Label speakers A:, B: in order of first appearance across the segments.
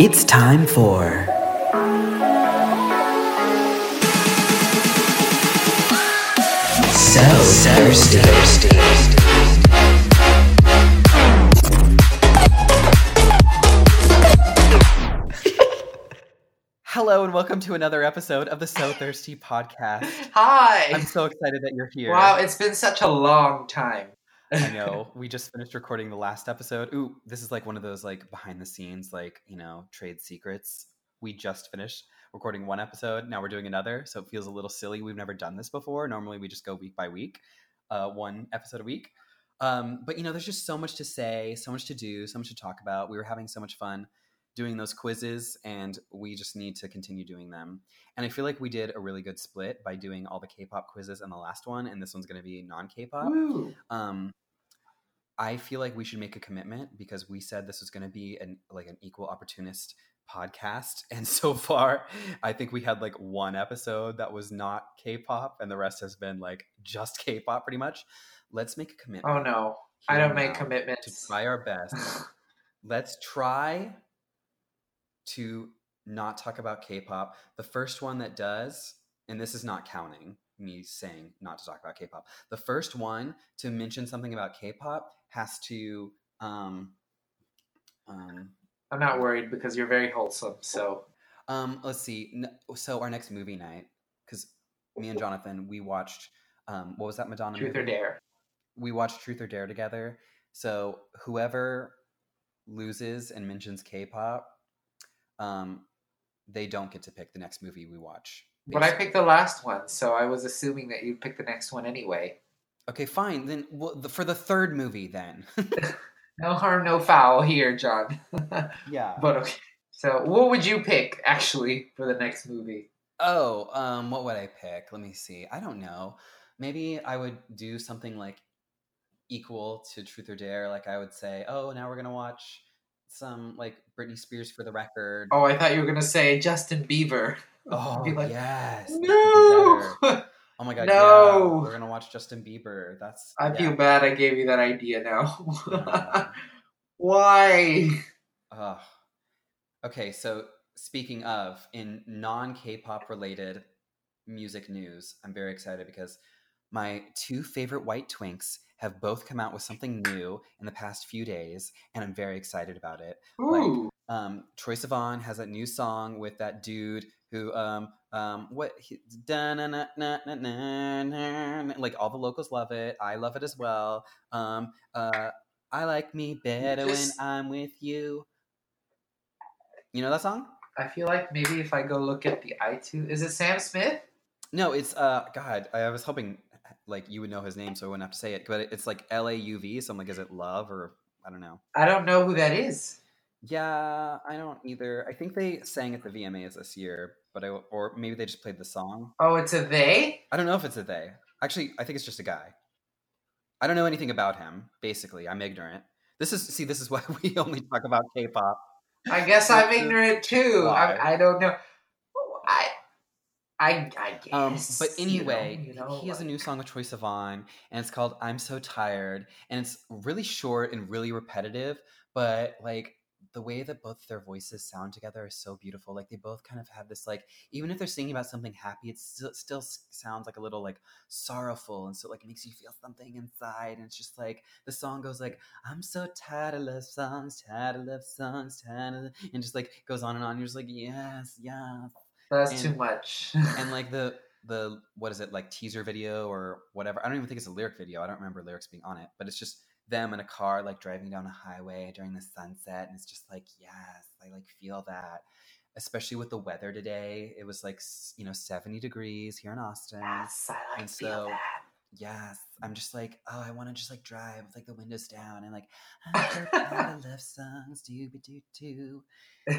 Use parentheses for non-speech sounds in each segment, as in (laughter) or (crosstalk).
A: It's time for. So thirsty. Hello and welcome to another episode of the So Thirsty podcast.
B: (laughs) Hi.
A: I'm so excited that you're here.
B: Wow, it's been such a long time.
A: I know. We just finished recording the last episode. Ooh, this is like one of those like behind the scenes, like, you know, trade secrets. We just finished recording one episode. Now we're doing another. So it feels a little silly. We've never done this before. Normally we just go week by week, uh, one episode a week. Um, but, you know, there's just so much to say, so much to do, so much to talk about. We were having so much fun doing those quizzes, and we just need to continue doing them. And I feel like we did a really good split by doing all the K pop quizzes and the last one. And this one's going to be non K pop
B: Woo.
A: um i feel like we should make a commitment because we said this was going to be an like an equal opportunist podcast (laughs) and so far i think we had like one episode that was not k-pop and the rest has been like just k-pop pretty much let's make a commitment
B: Oh no, I
A: here
B: don't make
A: now to
B: commitments.
A: try our best let's try to not talk about K-pop. The first one that does, and this is not counting me saying not to talk about K-pop. The first one to mention something about K-pop has to um um
B: I'm not worried because you're very wholesome. So
A: um let's see. N- So our next movie night cuz me and Jonathan we watched um what was that Madonna
B: truth
A: movie?
B: or dare.
A: we watch Truth or Dare together. So whoever loses and mentions K-pop, um, they don't get to pick the next movie we watch.
B: But I
A: basically.
B: picked the last one, so I was assuming that you'd pick the next one anyway.
A: Okay, fine. Then well, the, for the third movie,
B: (laughs)
A: then. (laughs)
B: No harm, no foul here, John.
A: yeah.
B: but okay. So what would you pick actually for the next movie?
A: oh, um, what would I pick? Let me see. I don't know. Maybe I would do something like equal to Truth or Dare. Like I would say, oh, now we're gonna watch some like Britney Spears for the record.
B: Oh, I thought you were gonna say Justin Bieber.
A: Oh,
B: Be like,
A: yes. that would be better.
B: No.
A: Oh my god!
B: No.
A: yeah, we're gonna watch Justin Bieber. That's
B: (laughs) I
A: yeah.
B: feel bad. I gave you that idea now.
A: Yeah.
B: (laughs) Why?
A: Ugh. okay, so speaking of in non K-pop related music news, I'm very excited because my two favorite white twinks have both come out with something new in the past few days, and I'm very excited about it. Like,
B: Ooh.
A: Um, Troy Sivan has a new song with that dude who um um what he, da, na, na, na, na, na, na, na, like all the locals love it. I love it as well. Um uh I like me better
B: Just-
A: when I'm with you. You know that song?
B: I feel like maybe if I go look at the iTunes, is it Sam Smith?
A: No, it's uh God, I was hoping like you would know his name so I wouldn't have to say it, but it's like L A U V, so I'm like, is it love or I don't know.
B: I don't know who that is.
A: Yeah, I don't either. I think they sang at the VMAs this year, but I or maybe they just played the song.
B: Oh, it's a they.
A: I don't know if it's a they. Actually, I think it's just a guy. I don't know anything about him. Basically, I'm ignorant. This is see, this is why (laughs) we only talk about K-pop.
B: I
A: (laughs)
B: guess I'm ignorant too.
A: Why?
B: I, I don't know. I, I, I guess.
A: Um, but
B: you
A: anyway,
B: know, you know,
A: he has a
B: like-
A: new song with Troy Sivan, and it's called "I'm So Tired," and it's really short and really repetitive. But like the way that both their voices sound together is so beautiful. Like they both kind of have this like, even if they're singing about something happy, it still, still s- sounds like a little like sorrowful, and so like it makes you feel something inside. And it's just like the song goes like, "I'm so tired of love songs, tired of love songs, tired," of... love-" and just like goes on and on. You're just like, yes, yes
B: That's too
A: and- (laughs)
B: much.
A: and like the the what is it like teaser video or whatever i don't even think it's a lyric video i don't remember lyrics being on it but it's just them in a car like driving down a highway during the sunset and it's just like yes i like feel that especially with the weather today it was like s- you know 70 degrees here in austin
B: yes, I like
A: and
B: feel
A: so-
B: that.
A: yes i'm just like oh i want to just like drive with like the windows down and like "Ah, i'm so proud of love songs do doo doo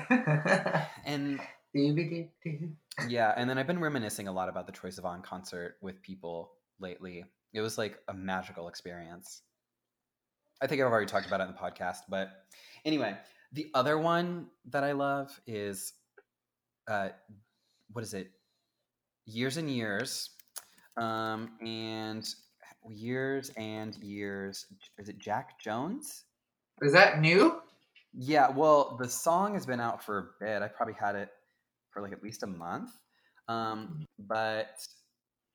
B: (laughs)
A: and
B: Dee-bee-dee-doo.
A: yeah, and then I've been reminiscing a lot about the Troye Sivan concert with people lately. It was like a magical experience. I think I've already talked about it in the podcast, but anyway, the other one that I love is uh what is it? Years and Years. Um and Years and Years is it Jack Jones?
B: Is that new?
A: Yeah, well, the song has been out for a bit. I probably had it for like at least a month.
B: Mm-hmm.
A: Um, but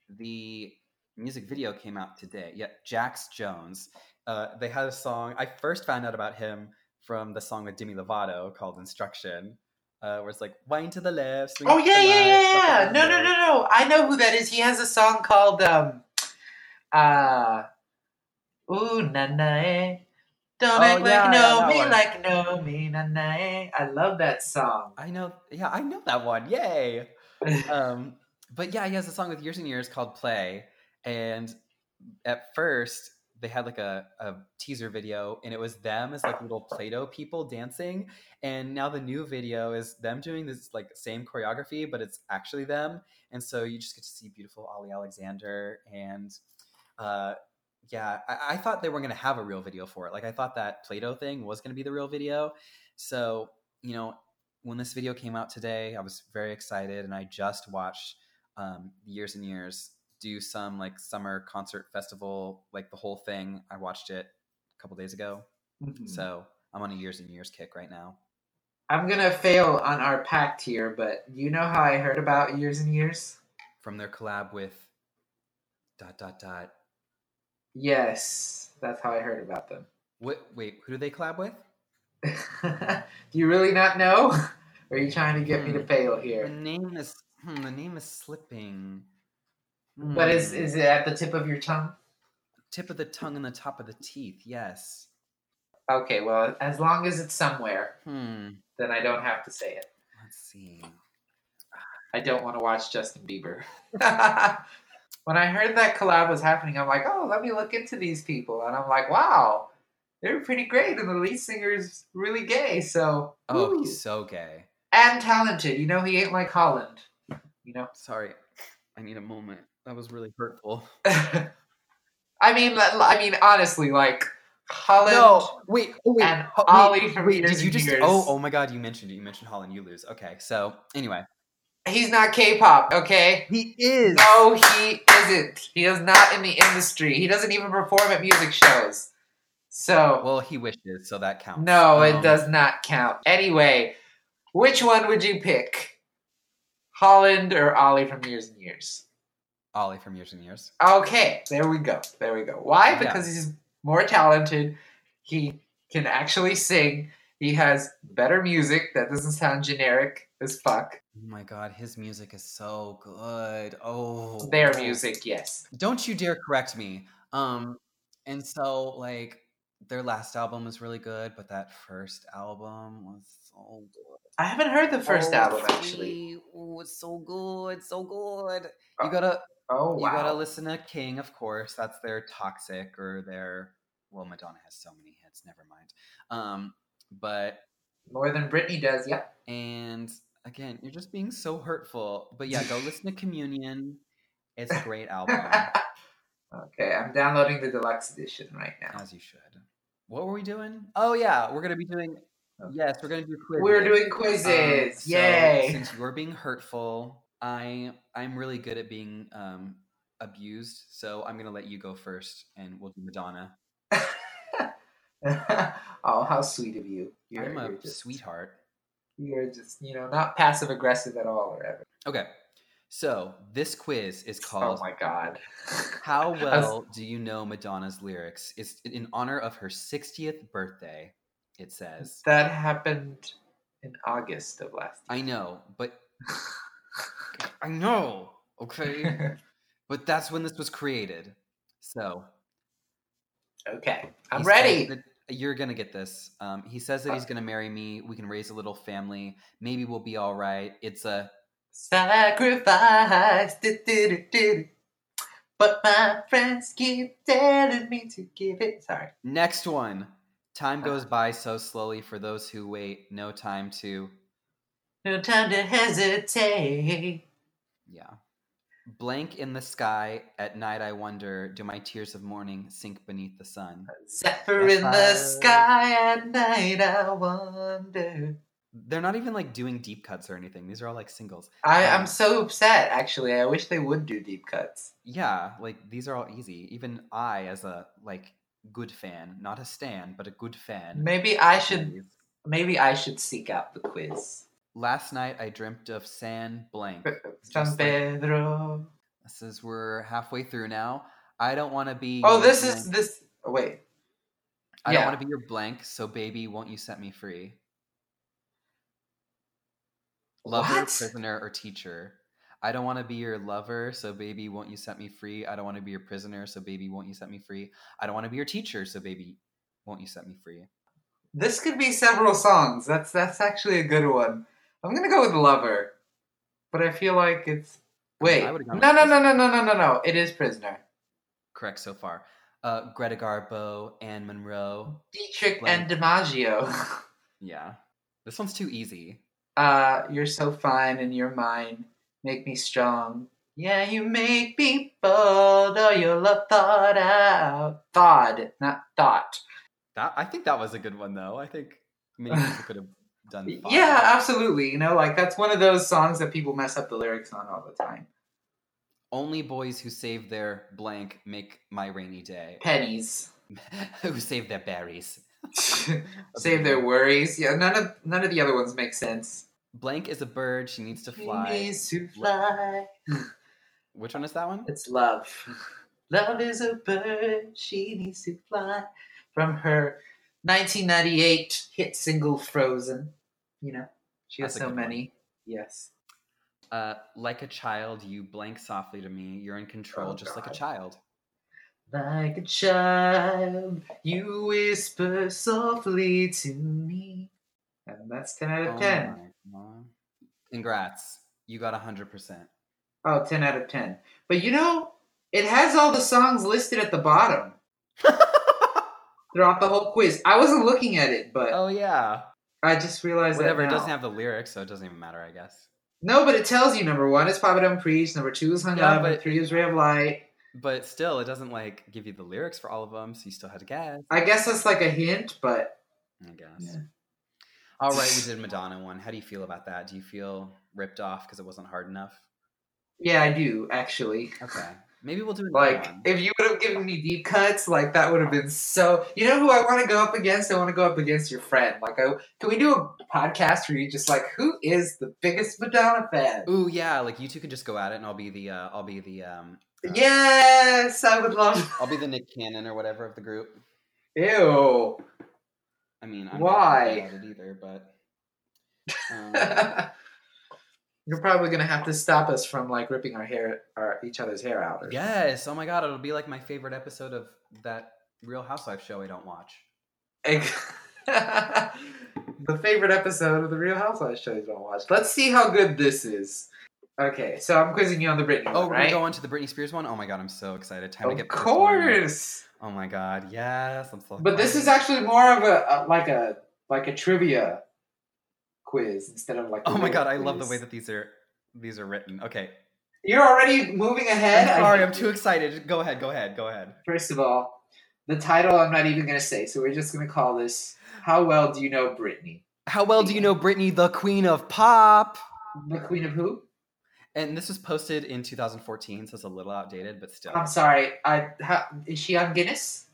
A: the music video came out today. Yeah, Jax Jones. Uh, they had a song. I first found out about him from the song with Demi Lovato called Instruction, uh, where it's like, wind to the left. swing
B: Oh
A: to the
B: yeah, yeah,
A: right,
B: yeah, yeah.
A: up the
B: No, no,
A: right."
B: no, no. I know who that is. He has a song called um uh Ooh na na eh. Don't
A: Oh,
B: act like
A: yeah,
B: no
A: yeah, that
B: me
A: one.
B: like no me na na eh. I love that song.
A: I know. Yeah, I know that one. Yay. um, but yeah, he has a song with years and years called Play. And at first, they had like a, a teaser video and it was them as like little Play Doh people dancing. And now the new video is them doing this like same choreography, but it's actually them. And so you just get to see beautiful Ollie Alexander. And uh, yeah, I, I thought they were going to have a real video for it. Like I thought that Play Doh thing was going to be the real video. So, you know, when this video came out today, I was very excited, and I just watched um, Years and Years do some like summer concert festival, like the whole thing. I watched it a couple days ago,
B: Hmm.
A: so I'm on a Years and Years kick right now.
B: I'm gonna fail on our pact here, but you know how I heard about years and years?
A: From their collab with dot dot dot.
B: Yes, that's how I heard about them. (laughs)
A: Wait, wait who do they collab with?
B: Do you really not know? (laughs) Or are you trying to get me
A: Hmm.
B: to fail
A: The
B: here?
A: name is hmm, the name is slipping.
B: But is
A: Hmm.
B: is it at the tip of your tongue?
A: tip of the tongue and the top of the teeth? Yes.
B: Okay, well, as long as it's somewhere,
A: Hmm.
B: then I don't have to say it.
A: Let's see.
B: I don't want to watch Justin Bieber. (laughs) when I heard that collab was happening, I'm like, oh, let me look into these people. And I'm like, wow, they're pretty great. And the lead singer's really gay. So,
A: Oh,
B: ooh.
A: he's so gay.
B: and talented. You know, he ain't like Holland. You know? (laughs)
A: Sorry, I need a moment. That was really hurtful.
B: I mean, li- I mean, honestly, like Holland.
A: No, wait, oh, wait,
B: and
A: ho-
B: Ollie
A: wait,
B: from
A: wait,
B: Years
A: did you
B: and
A: just?
B: Years.
A: Oh, oh my God, you mentioned it. You mentioned Holland. You lose. Okay, so anyway,
B: He's not K-pop, okay?
A: he is.
B: No, Oh, he isn't. He is not in the industry. He doesn't even perform at music shows. So,
A: Well, he wishes, so that counts.
B: no, it
A: Um,
B: does not count. Anyway, which one would you pick? Holland or Ollie from Years and Years?
A: Ollie from Years and Years.
B: Okay, there we go. There we go. Why?
A: Yeah.
B: Because he's more talented. He can actually sing. He has better music that doesn't sound generic as fuck.
A: Oh my God, his music is so good. Oh,
B: Their music, yes.
A: Don't you dare correct me. Um, and so like their last album was really good, but that first album was so good.
B: I haven't heard the first
A: Oh,
B: album actually.
A: see. Ooh, it's so good, so good.
B: Oh.
A: You gotta
B: Oh wow.
A: you gotta listen to King, of course. That's their toxic or their well, Madonna has so many hits, never mind. Um, but
B: More than Britney does, yep.
A: and again, you're just being so hurtful. But yeah, go listen to Communion. It's a great
B: (laughs)
A: album,
B: okay, I'm downloading the deluxe edition right now.
A: as you should. What were we doing? Oh yeah, we're gonna be doing yes, we're gonna do quizzes.
B: Oh. We're doing
A: Um,
B: quizzes.
A: so
B: Yay.
A: Since you're being hurtful, I I'm really good at being um, abused, so I'm gonna let you go first, and we'll do Madonna.
B: (laughs) oh, how sweet of you. You're,
A: I'm
B: you're
A: a
B: just,
A: sweetheart.
B: You're just, you know, not passive aggressive at all or ever.
A: Okay, so this quiz is
B: Oh
A: called
B: my god. (laughs)
A: "How Well Do You Know Madonna's Lyrics?" It's in honor of her 60th birthday. It says,
B: (laughs) that happened in August of last
A: "I know,
B: (laughs)
A: but I know." Okay,
B: year.
A: but that's when this was created. So
B: (laughs) okay. I'm
A: He says
B: ready.
A: that- You're gonna get this. Um, he says that he's gonna marry me. We can raise a little family. Maybe we'll be all right. It's a
B: Sacrifice. do-do-do-do. But my friends keep telling me to give it. Sorry.
A: next one. Time
B: Ah.
A: goes by so slowly for those who wait. No time to
B: No time to hesitate.
A: yeah. Blank in the sky at night. I wonder. Do my tears of morning sink beneath the sun?
B: Zephyr in the sky at night, I wonder.
A: They're not even like doing deep cuts or anything. These are all like singles.
B: I,
A: Um,
B: I'm so upset, actually. I wish they would do deep cuts.
A: Yeah, like these are all easy. Even I, as a like good fan, not a stan, but a good fan.
B: Maybe I should
A: agrees.
B: Maybe I should seek out the quiz.
A: Last night I dreamt of San Blank.
B: uh, San
A: Just like-
B: Pedro.
A: This is we're halfway through now. I don't want to be.
B: Oh,
A: your
B: this is
A: blank-
B: this. oh, Wait,
A: I
B: yeah.
A: don't want to be your blank. So baby, won't you set me free? Lover,
B: What?
A: prisoner, or teacher. I don't want to be your lover, so baby, won't you set me free? I don't want to be your prisoner, so baby, won't you set me free? I don't want to be your teacher, so baby, won't you set me free?
B: this could be several songs. That's that's actually a good one. I'm gonna go with Lover, but I feel like it's.
A: I mean,
B: Wait,
A: I
B: no,
A: would've
B: no,
A: gone
B: no,
A: with
B: no, no, no, no, no. It is Prisoner.
A: Correct so far. Uh, Greta Garbo, Anne Monroe.
B: Dietrich
A: Blank.
B: and DiMaggio. (laughs)
A: Yeah, this one's too easy.
B: Uh, you're so fine and you're mine. Make me strong. Yeah, you make me bold. Oh, your love thought out. Thawed, not thought.
A: That I think that was a good one though. I think many people could have
B: (laughs)
A: done. fine.
B: Yeah, absolutely. You know, like that's one of those songs that people mess up the lyrics on all the time.
A: Only boys who save their blank make my rainy day. (laughs)
B: Pennies.
A: who save their berries.
B: Save their worries. Yeah, none of none of the other ones make sense.
A: Blank is a bird. She needs to
B: He
A: fly.
B: needs to fly.
A: Which one is that one?
B: It's love. Love is a bird, she needs to fly. From her 1998 hit single Frozen. You know, she has
A: That's a
B: so
A: good one.
B: many. Yes.
A: Uh, like a child, you blank softly to me. You're in control,
B: Oh,
A: just like
B: God.
A: a child.
B: Like a child, you whisper softly to me. And that's 10 out of 10.
A: my God. Congrats. You got 100%.
B: Oh, 10 out of 10. But you know, it has all the songs listed at
A: (laughs)
B: the bottom throughout the whole quiz. I wasn't looking at it, but
A: oh, yeah.
B: I just realized
A: Whatever.
B: that.
A: It
B: now.
A: doesn't have the lyrics, so it doesn't even matter, I guess.
B: No, but it tells you number one is Papadum Priest, number two is Hung
A: Yeah,
B: Up, number
A: but-
B: three is Ray of Light.
A: But still, it doesn't like give you the lyrics for all of them, so you still had to guess.
B: I guess that's like a hint, but
A: I guess.
B: Yeah.
A: All right, we did Madonna one. How do you feel about that? Do you feel ripped off because it wasn't hard enough?
B: yeah, I do actually.
A: Okay, maybe we'll do another
B: Like,
A: one.
B: if you would have given me deep cuts, like that would have been so. You know who I want to go up against? I want to go up against your friend. Like, I, can we do a podcast where you just like, who is the biggest Madonna fan?
A: Ooh, yeah, like you two can just go at it, and I'll be the uh, I'll be the um
B: Yes, I would love.
A: I'll be the Nick Cannon or whatever of the group.
B: (laughs) Ew. (laughs)
A: I mean, I'm
B: Why?
A: not good at it either,
B: (laughs)
A: but um,
B: You're probably gonna have to stop us from like ripping our hair, our each other's hair out. Or
A: yes. Oh my god, it'll be like my favorite episode of that Real Housewives show I don't watch.
B: (laughs) the favorite episode of the Real Housewives show you don't watch. Let's see how good this is. Okay, so I'm quizzing you on the Britney
A: Oh,
B: one,
A: we're
B: right?
A: gonna go on to the Britney Spears one. Oh my god, I'm so excited. Time to
B: of
A: get first one.
B: course.
A: Oh my god, yes. I'm so
B: But this
A: excited.
B: is actually more of a, a like a like a trivia quiz instead of like. a
A: Oh my
B: real
A: god, I love the
B: quiz.
A: way that these are these are written. Okay.
B: you're already moving ahead.
A: I'm
B: I
A: sorry,
B: hate
A: I'm too
B: you.
A: excited. Go ahead, go ahead, go ahead.
B: First of all, the title I'm not even gonna say, so we're just gonna call this "How Well Do You Know Britney?"
A: How well do you know Britney, the queen of pop?
B: The Queen of Who?
A: And this was posted in 2014, so it's a little outdated, but still.
B: I'm sorry. I how, is she on Guinness?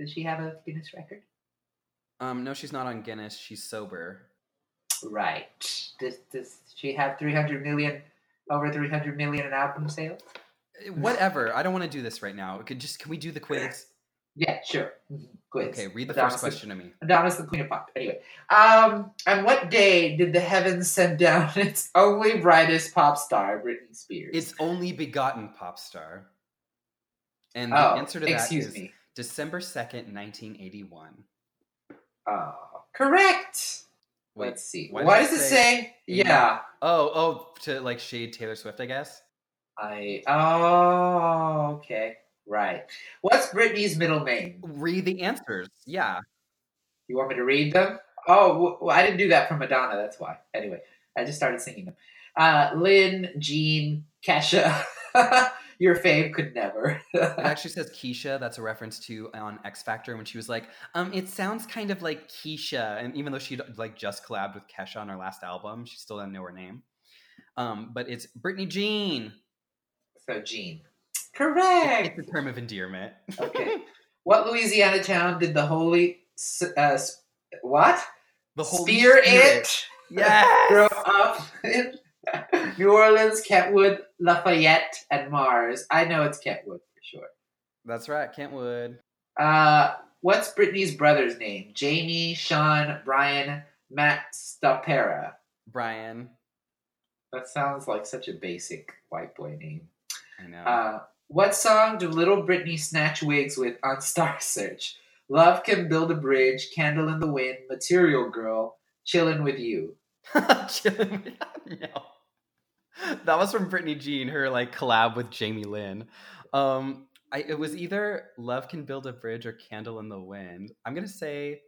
B: Does she have a Guinness record?
A: Um, no, she's not on Guinness. She's sober.
B: Right. Does does she have 300 million over 300 million in album sales?
A: Eh, Whatever. I don't want to do this right now. Could just can we do the quiz?
B: Yeah, sure. Mhm. Quiz.
A: Okay, read the
B: Madonna
A: first
B: Sus-
A: question to me.
B: Adonis the Queen of Pop. Anyway, um, on what day did the heavens send down (laughs) its only brightest pop star, Britney Spears?
A: It's only begotten pop star. And the
B: oh,
A: answer to that
B: excuse
A: is
B: me.
A: December 2nd, 1981.
B: Oh, correct.
A: Wait.
B: Let's see.
A: why
B: Why,
A: does
B: does
A: it
B: it
A: say
B: say?
A: eighty?
B: Yeah,
A: Oh, oh, to like shade Taylor Swift, I guess.
B: I. Oh, okay. Right. What's Britney's middle name?
A: Read the answers. Yeah.
B: You want me to read them? Oh, w- well, I didn't do that for Madonna. That's why. Anyway, I just started singing them. Uh, Lynn, Jean, Kesha. (laughs) Your fave could never.
A: It actually says Keisha. That's a reference to on X Factor when she was like, um, it sounds kind of like Keisha. And even though she like just collabed with Kesha on her last album, she still didn't know her name. Um, but it's Brittany Jean.
B: so Jean.
A: It's
B: Correct.
A: a term of endearment.
B: Okay. What Louisiana town did the Holy S- uh, S- What?
A: (laughs) The whole
B: Spear it. Grow
A: Yeah.
B: up in (laughs) New Orleans, Kentwood, Lafayette, and Mars. I know it's Kentwood for sure.
A: That's right, Kentwood.
B: Uh, what's Brittany's brother's name? Jamie, Sean, Brian, Matt Stapera.
A: Brian.
B: That sounds like such a basic white boy name.
A: I know.
B: Uh, what song do Little Britney snatch wigs with on Star Search? Love Can Build a Bridge, Candle in the Wind, Material Girl, Chillin' With You.
A: (laughs) Chilling with- no. That was from Brittany Jean, her like collab with Jamie Lynn. Um, I, it was either Love Can Build a Bridge or Candle in the Wind. I'm gonna say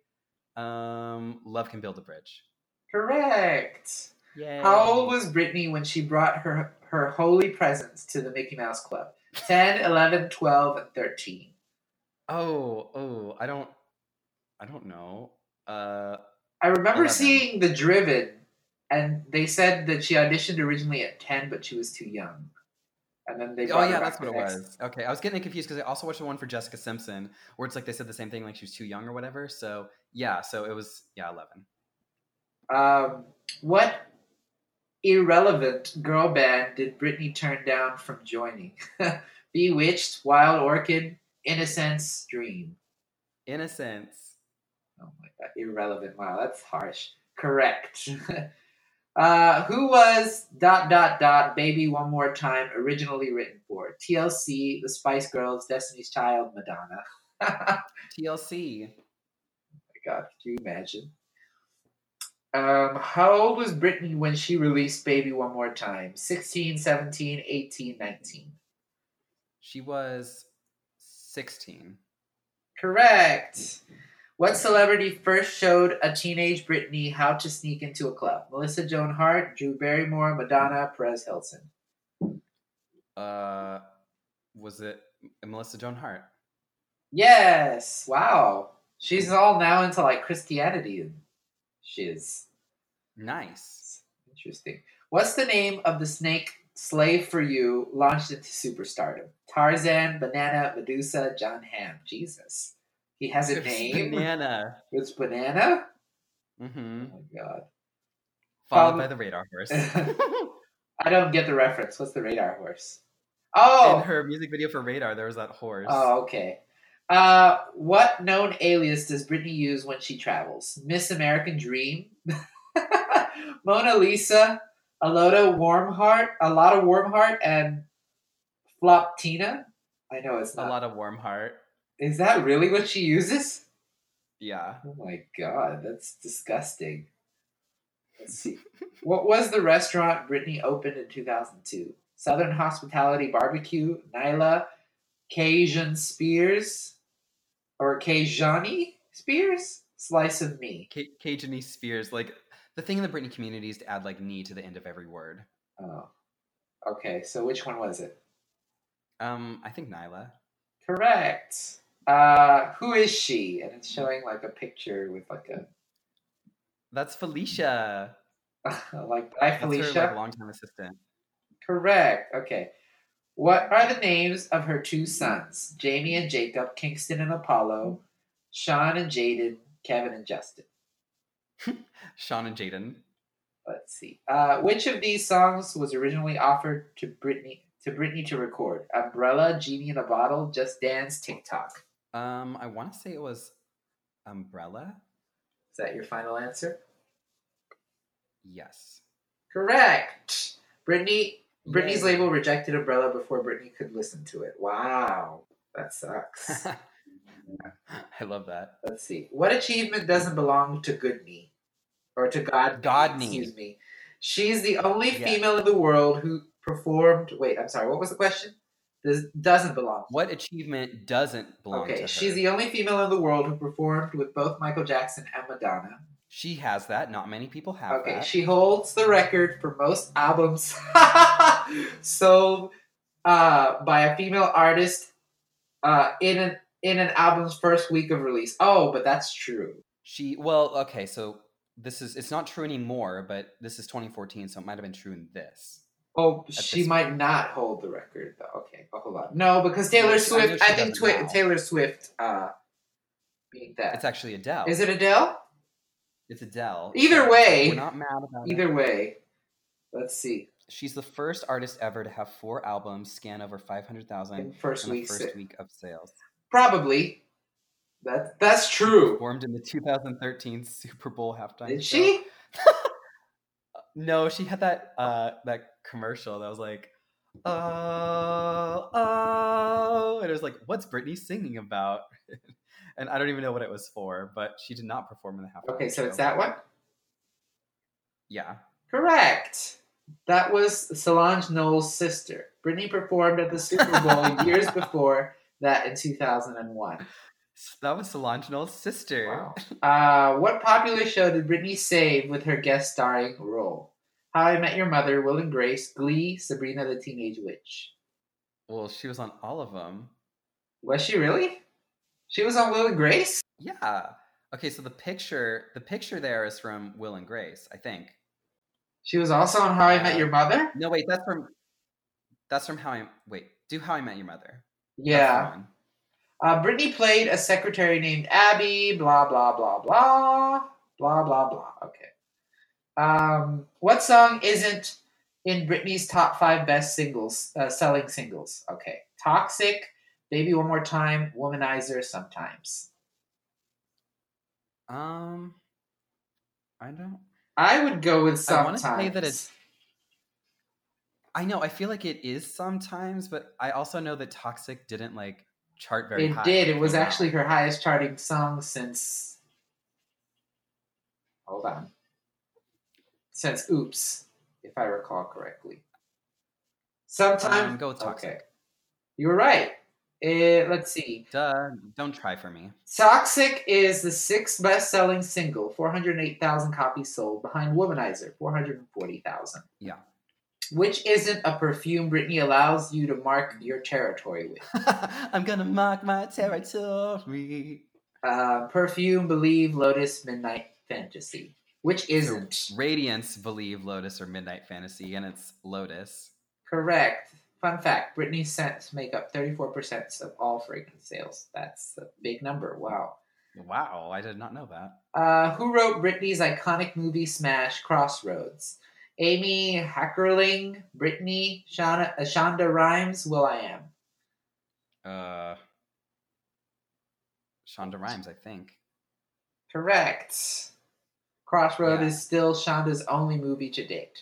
A: um, Love Can Build a Bridge.
B: Correct.
A: Yay.
B: How old was Britney when she brought her, her holy presence to the Mickey Mouse Club? 10, 11, 12, and 13.
A: Oh, oh, I don't I don't know. Uh
B: I remember
A: 11.
B: seeing The Driven, and they said that she auditioned originally at 10, but she was too young. And then they
A: oh
B: brought her
A: yeah,
B: back
A: that's
B: the
A: what it
B: next-
A: was. Okay. I was getting confused because I also watched the one for Jessica Simpson where it's like they said the same thing, like she was too young or whatever. So yeah, so it was yeah, eleven.
B: Um, what irrelevant girl band did Britney turn down from joining? (laughs) Bewitched, Wild Orchid, Innocence, Dream.
A: Innocence.
B: Oh my god, (laughs) irrelevant. Wow, that's harsh. Correct. (laughs) uh, who was dot dot dot baby one more time originally written for? TLC, The Spice Girls, Destiny's Child, Madonna. (laughs) my
A: TLC.
B: god, could you imagine? Um, how old was Britney when she released Baby One More Time? 16, 17, 18, 19.
A: She was 16.
B: Correct. What celebrity first showed a teenage Britney how to sneak into a club? Melissa Joan Hart, Drew Barrymore, Madonna, Perez Hilton.
A: Uh, was it Melissa Joan Hart?
B: Yes. Wow. She's all now into like Christianity and shiz.
A: Nice.
B: Interesting. What's the name of the snake slave for you launched into superstardom? Tarzan, Banana, Medusa, John Ham. Jesus. He has a
A: It was
B: name.
A: Banana.
B: It's Banana?
A: Mm-hmm.
B: (laughs) Oh my god.
A: Followed
B: Um,
A: by the radar
B: (laughs)
A: horse.
B: I don't get the reference. What's the radar horse? Oh,
A: In her music video for Radar, there was that horse.
B: Oh, okay. Uh, what known alias does Britney use when she travels? Miss American Dream, (laughs) Mona Lisa, a lot of warm heart, a lot of warm heart, and Flop Tina. I know it's
A: a
B: not.
A: lot of warm heart.
B: Is that really what she uses?
A: Yeah.
B: Oh my god, that's disgusting. Let's see. what was the restaurant Britney opened in 2002? Southern Hospitality Barbecue, Nyla, Cajun Spears, or Cajani Spears? Slice of me.
A: Ca Cajun Spears. Like, the thing in the Britney community is to add, like, knee to the end of every word.
B: Oh. Okay, so which one was it?
A: Um, I think Nyla.
B: Correct. Uh, who is she? And it's showing like a picture with like a
A: That's Felicia.
B: (laughs) like bye
A: That's
B: Felicia.
A: her, like, longtime assistant.
B: Correct. Okay. What are the names of her two sons, Jamie and Jacob, Kingston and Apollo, Sean and Jaden, Kevin and Justin?
A: Sean and Jaden.
B: Let's see. Uh, which of these songs was originally offered to Britney to Britney to record? Umbrella, Genie in a Bottle, Just Dance, TikTok.
A: Um, I want to say it was Umbrella.
B: Is that your final answer?
A: Yes.
B: Correct. Britney Britney's
A: Yay.
B: label rejected Umbrella before Britney could listen to it. Wow, that sucks. (laughs)
A: I love that.
B: let's see. What achievement doesn't belong to Goodney? Or to God
A: Godney.
B: Excuse me. She's the only
A: Yeah.
B: female in the world who performed wait, I'm sorry, what was the question? This doesn't belong.
A: What achievement doesn't belong to
B: okay,
A: her?
B: she's e the only female in the world who performed with both Michael Jackson and Madonna.
A: she has that. Not many people have
B: Okay,
A: that.
B: she holds the record for most albums (laughs) sold uh, by a female artist uh, in an in an album's first week of release. Oh, but that's true.
A: She well, okay, so this is it's not true anymore, but this is 2014, so it might have been true in this.
B: Oh,
A: at
B: she
A: this
B: might not hold the record though. Okay, oh, hold on. No, because Taylor
A: Well, she- I know
B: Swift.
A: she
B: I, think
A: doesn't
B: twi-
A: now.
B: Taylor Swift uh, beat that.
A: It's actually Adele.
B: Is it Adele?
A: It's Adele.
B: Either
A: so
B: way.
A: we're not mad about it.
B: Either way, let's see.
A: She's the first artist ever to have four albums scan over five hundred
B: In
A: thousand
B: first
A: in the
B: week,
A: first
B: six.
A: week of sales.
B: probably. That that's true.
A: Performed in the 2013 Super Bowl halftime.
B: Did
A: show.
B: she?
A: No, she had that uh that commercial that was like, oh, oh, and it was like, what's Britney singing about? (laughs) and I don't even know what it was for, but she did not perform in the halftime.
B: Okay, so it's
A: show.
B: that one.
A: Yeah,
B: Correct. That was Solange Knowles' sister. Britney performed at the
A: (laughs)
B: Super Bowl years before that in 2001.
A: So that was Solange Knowles' sister.
B: Wow. Uh, what popular show did Britney save with her guest starring role? How I Met Your Mother, Will and Grace, Glee, Sabrina the Teenage Witch.
A: Well, she was on all of them.
B: Was she really? She was on Will and Grace?
A: Yeah. Okay, so the picture, the picture there is from Will and Grace, I think.
B: She was also on How I Met Your Mother?
A: No, wait, that's from, that's from How I Wait. Do How I Met Your Mother. That's the
B: Yeah.
A: one.
B: Uh, Brittany played a secretary named Abby, blah, blah, blah, blah, blah, blah, blah. Okay. Um, what song isn't in Britney's top five best singles, uh, selling singles? Okay. Toxic, Baby One More Time, Womanizer, Sometimes.
A: Um, I don't.
B: I would go with
A: I
B: Sometimes.
A: wanna say that it's- I know. I feel like it is sometimes, but I also know that Toxic didn't like chart very
B: It
A: high. uh,
B: did.
A: when
B: It was
A: came out.
B: actually her highest charting song since. Hold on. Since Oops, if I recall correctly. Sometime.
A: Um, go with Toxic.
B: Okay. You were right. Eh, let's see.
A: Duh. Don't try for me. (laughs)
B: Toxic is the sixth best selling single, 408,000 copies sold, behind Womanizer, 440,000.
A: Yeah.
B: Which isn't a perfume Britney allows you to mark your territory with.
A: I'm gonna mark my territory.
B: Uh, perfume, Believe, Lotus, Midnight Fantasy, which isn't
A: Radiance, believe Lotus or Midnight Fantasy, and it's Lotus.
B: correct. Fun fact: Britney scents make up 34% of all fragrance sales. That's a big number. Wow.
A: Wow, I did not know that.
B: Uh, who wrote Britney's iconic movie smash Crossroads? Amy Hackerling, Britney, Shonda, uh, Shonda Rhimes, Will I Am.
A: Uh, Shonda Rhimes, I think.
B: Correct. Crossroad
A: Yeah.
B: is still Shonda's only movie to date.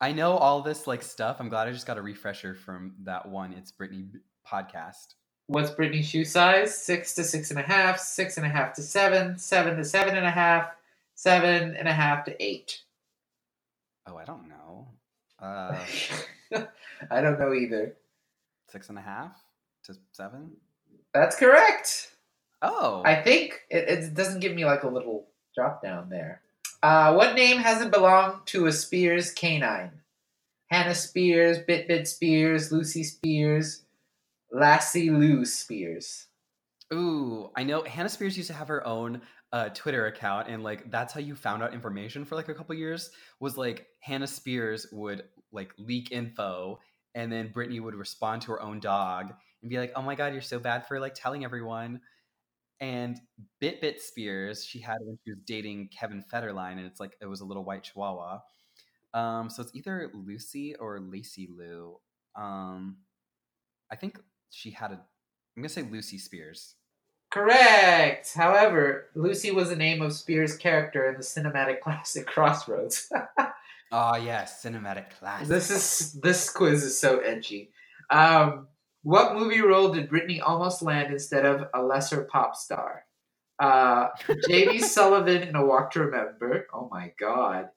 A: I know all this like stuff. I'm glad I just got a refresher from that one. It's Brittany podcast.
B: What's Britney's shoe size? Six to six and a half, six and a half to seven, seven to seven and a half, seven and a half to eight.
A: Oh, I don't know. Uh,
B: (laughs) I don't know either.
A: six and a half to seven.
B: That's correct.
A: Oh,
B: I think it, it doesn't give me like a little drop down there. Uh, what name hasn't belonged to a Spears canine? Hannah Spears, Bit Bit Spears, Lucy Spears, Lassie Lou Spears.
A: ooh, I know. Hannah Spears used to have her own uh, Twitter account, and like that's how you found out information for like a couple years. Was like Hannah Spears would like leak info, and then Brittany would respond to her own dog and be like, "Oh my god, you're so bad for like telling everyone." And Bit Bit Spears, she had when she was dating Kevin Federline, and it's like it was a little white Chihuahua. Um, so it's either Lucy or Lacey Lou. Um, I think she had a. I'm gonna say Lucy Spears.
B: Correct. However, Lucy was the name of Spears' character in the cinematic (laughs) classic Crossroads.
A: Ah, yes, cinematic classic.
B: this is this quiz is so edgy. Um, what movie role did Britney almost land instead of a lesser pop star? Uh, J.D. Sullivan in A Walk to Remember. Oh my God.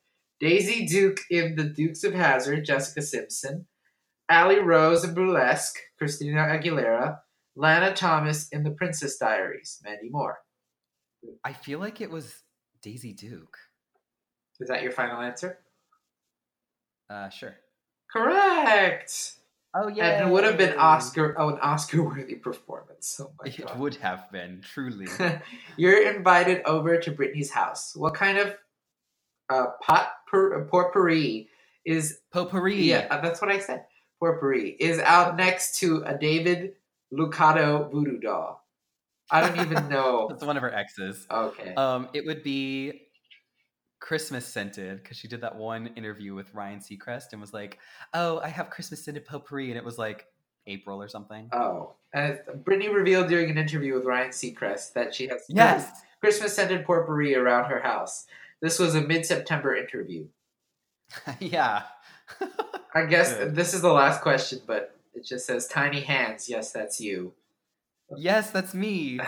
B: Daisy Duke in The Dukes of Hazard. Jessica Simpson. Allie Rose in Burlesque. Christina Aguilera. Lana Thomas in The Princess Diaries. Mandy Moore.
A: I feel like it was Daisy Duke.
B: Is that your final answer?
A: Uh, sure.
B: Correct.
A: Oh
B: And it would have been Oscar, oh, an Oscar-worthy performance. Oh my
A: (laughs) It
B: god!
A: would have been
B: (laughs)
A: truly.
B: You're invited over to Britney's house. What kind of uh, pot per, potpourri is?
A: Potpourri.
B: Yeah, uh, that's what I said. Potpourri is out next to a David Lucado voodoo doll. I don't even know.
A: That's one of her exes.
B: Okay,
A: Um, it would be Christmas scented because she did that one interview with Ryan Seacrest and was like, "Oh, I have Christmas scented potpourri," and it was like April or something.
B: Oh, and Brittany revealed during an interview with Ryan Seacrest that she has
A: yes,
B: Christmas scented potpourri around her house. This was a mid September interview.
A: (laughs) yeah.
B: I guess
A: Good.
B: this is the last question, but it just says tiny hands. Yes, that's you. (laughs)
A: Yes, that's me.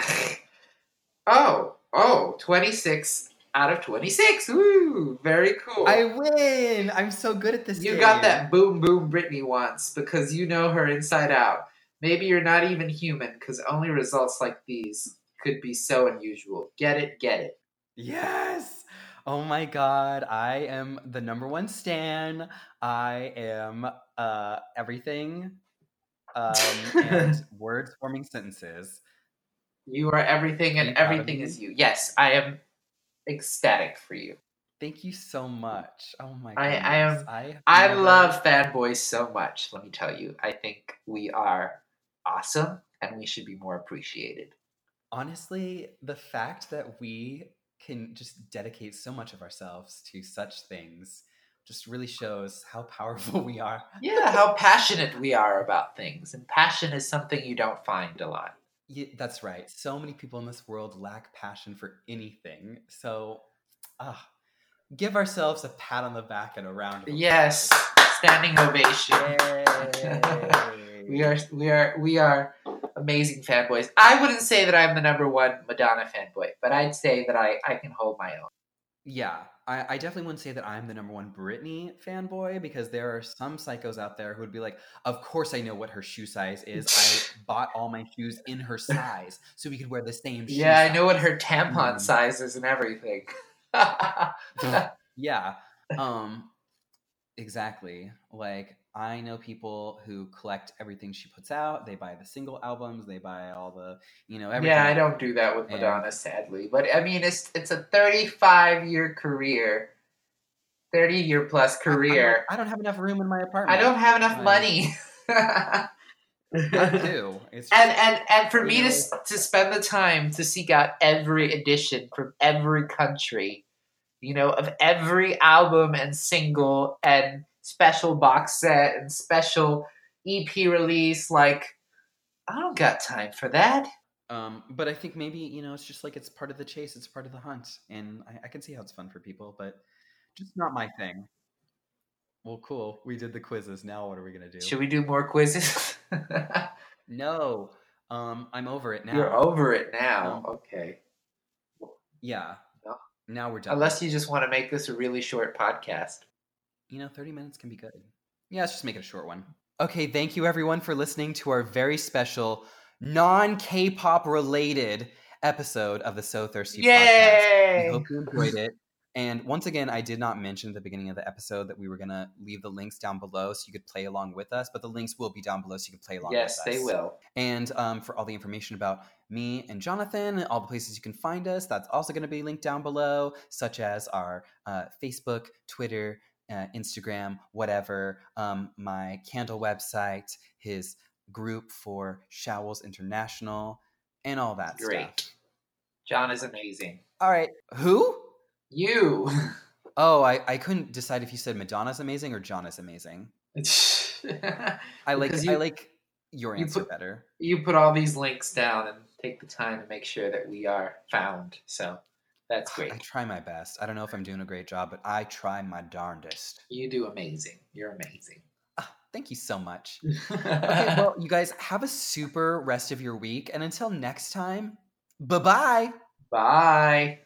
B: oh, oh, 26 out of 26. Woo, very cool.
A: I win. I'm so good at this.
B: you
A: game.
B: got that boom boom Britney once because you know her inside out. Maybe you're not even human because only results like these could be so unusual. Get it, get it.
A: Yes. Oh my god, I am the number one stan. I am uh everything. Um and
B: (laughs)
A: words forming sentences.
B: You are everything
A: You
B: and
A: proud of
B: everything
A: me?
B: is you. Yes, I am ecstatic for you.
A: Thank you so much. Oh my god.
B: I- I am-
A: I, have
B: I
A: never-
B: love fanboys so much, let me tell you. I think we are awesome and we should be more appreciated.
A: honestly the fact that we can just dedicate so much of ourselves to such things just really shows how powerful (laughs) we are.
B: Yeah, how passionate we are about things. And passion is something you don't find a lot.
A: Ye- that's right. So many people in this world lack passion for anything. So, ah, give ourselves a pat on the back and a round. of
B: Yes, (laughs) standing ovation.
A: applause. Yay.
B: We are we are we are amazing fanboys. I wouldn't say that I'm the number one Madonna fanboy, but I'd say that I, I can hold my own.
A: Yeah, I, I definitely wouldn't say that I'm the number one Britney fanboy because there are some psychos out there who would be like, "Of course, I know what her shoe size is.
B: (laughs)
A: I bought all my shoes in her size so we could wear the same." Shoe
B: Yeah, I know what
A: size."
B: her tampon
A: Mm.
B: size is and everything. (laughs)
A: (laughs) yeah um exactly like i know people who collect everything she puts out they buy the single albums they buy all the you know everything
B: Yeah, I don't do that with
A: And-
B: Madonna, sadly. But I mean, it's it's a thirty-five year career, thirty year
A: I- I'm
B: plus
A: like,
B: career.
A: I, don't have enough room in my apartment
B: I don't have enough
A: Right.
B: money.
A: I
B: (laughs)
A: (laughs)
B: and
A: do it's
B: and and for
A: You
B: me to
A: know.
B: s- to spend the time to seek out every edition from every country, you know, of every album and single and special box set and special EP release, like I don't got time for that.
A: um but i think maybe you know it's just like it's part of the chase it's part of the hunt and i, I can see how it's fun for people but just not my thing well cool we did the quizzes now what are we gonna do
B: Should we do more quizzes? (laughs)
A: no um i'm over it now
B: You're over it now.
A: No.
B: Okay.
A: yeah
B: No.
A: now we're done
B: Unless you just want to make this a really short podcast.
A: You know, 30 minutes can be good. Yeah, let's just make it a short one. Okay, thank you everyone for listening to our very special non K pop related episode of the So Thirsty podcast. We
B: Yay!
A: hope you enjoyed it. And once again, I did not mention at the beginning of the episode that we were going to leave the links down below so you could play along with us, but the links will be down below so you can play along
B: Yes,
A: with us.
B: they will.
A: And um, for all the information about me and Jonathan, and all the places you can find us, that's also going to be linked down below, such as our uh, Facebook, Twitter, uh, Instagram, whatever, um, my candle website, his group for Showels International, and all that
B: Great.
A: stuff.
B: John is amazing.
A: All right. Who?
B: You. (laughs)
A: Oh, I, I couldn't decide if you said Madonna's amazing or John is amazing. I like
B: Because you-
A: I like your
B: you
A: answer
B: put-
A: better.
B: you put all these links down and take the time to make sure that we are found. So that's great.
A: I try my best. I don't know if I'm doing a great job, but I try my darndest.
B: You do amazing. You're amazing.
A: Ah, thank you so much.
B: (laughs)
A: Okay, well, you guys have a super rest of your week. And until next time, bye bye.
B: Bye.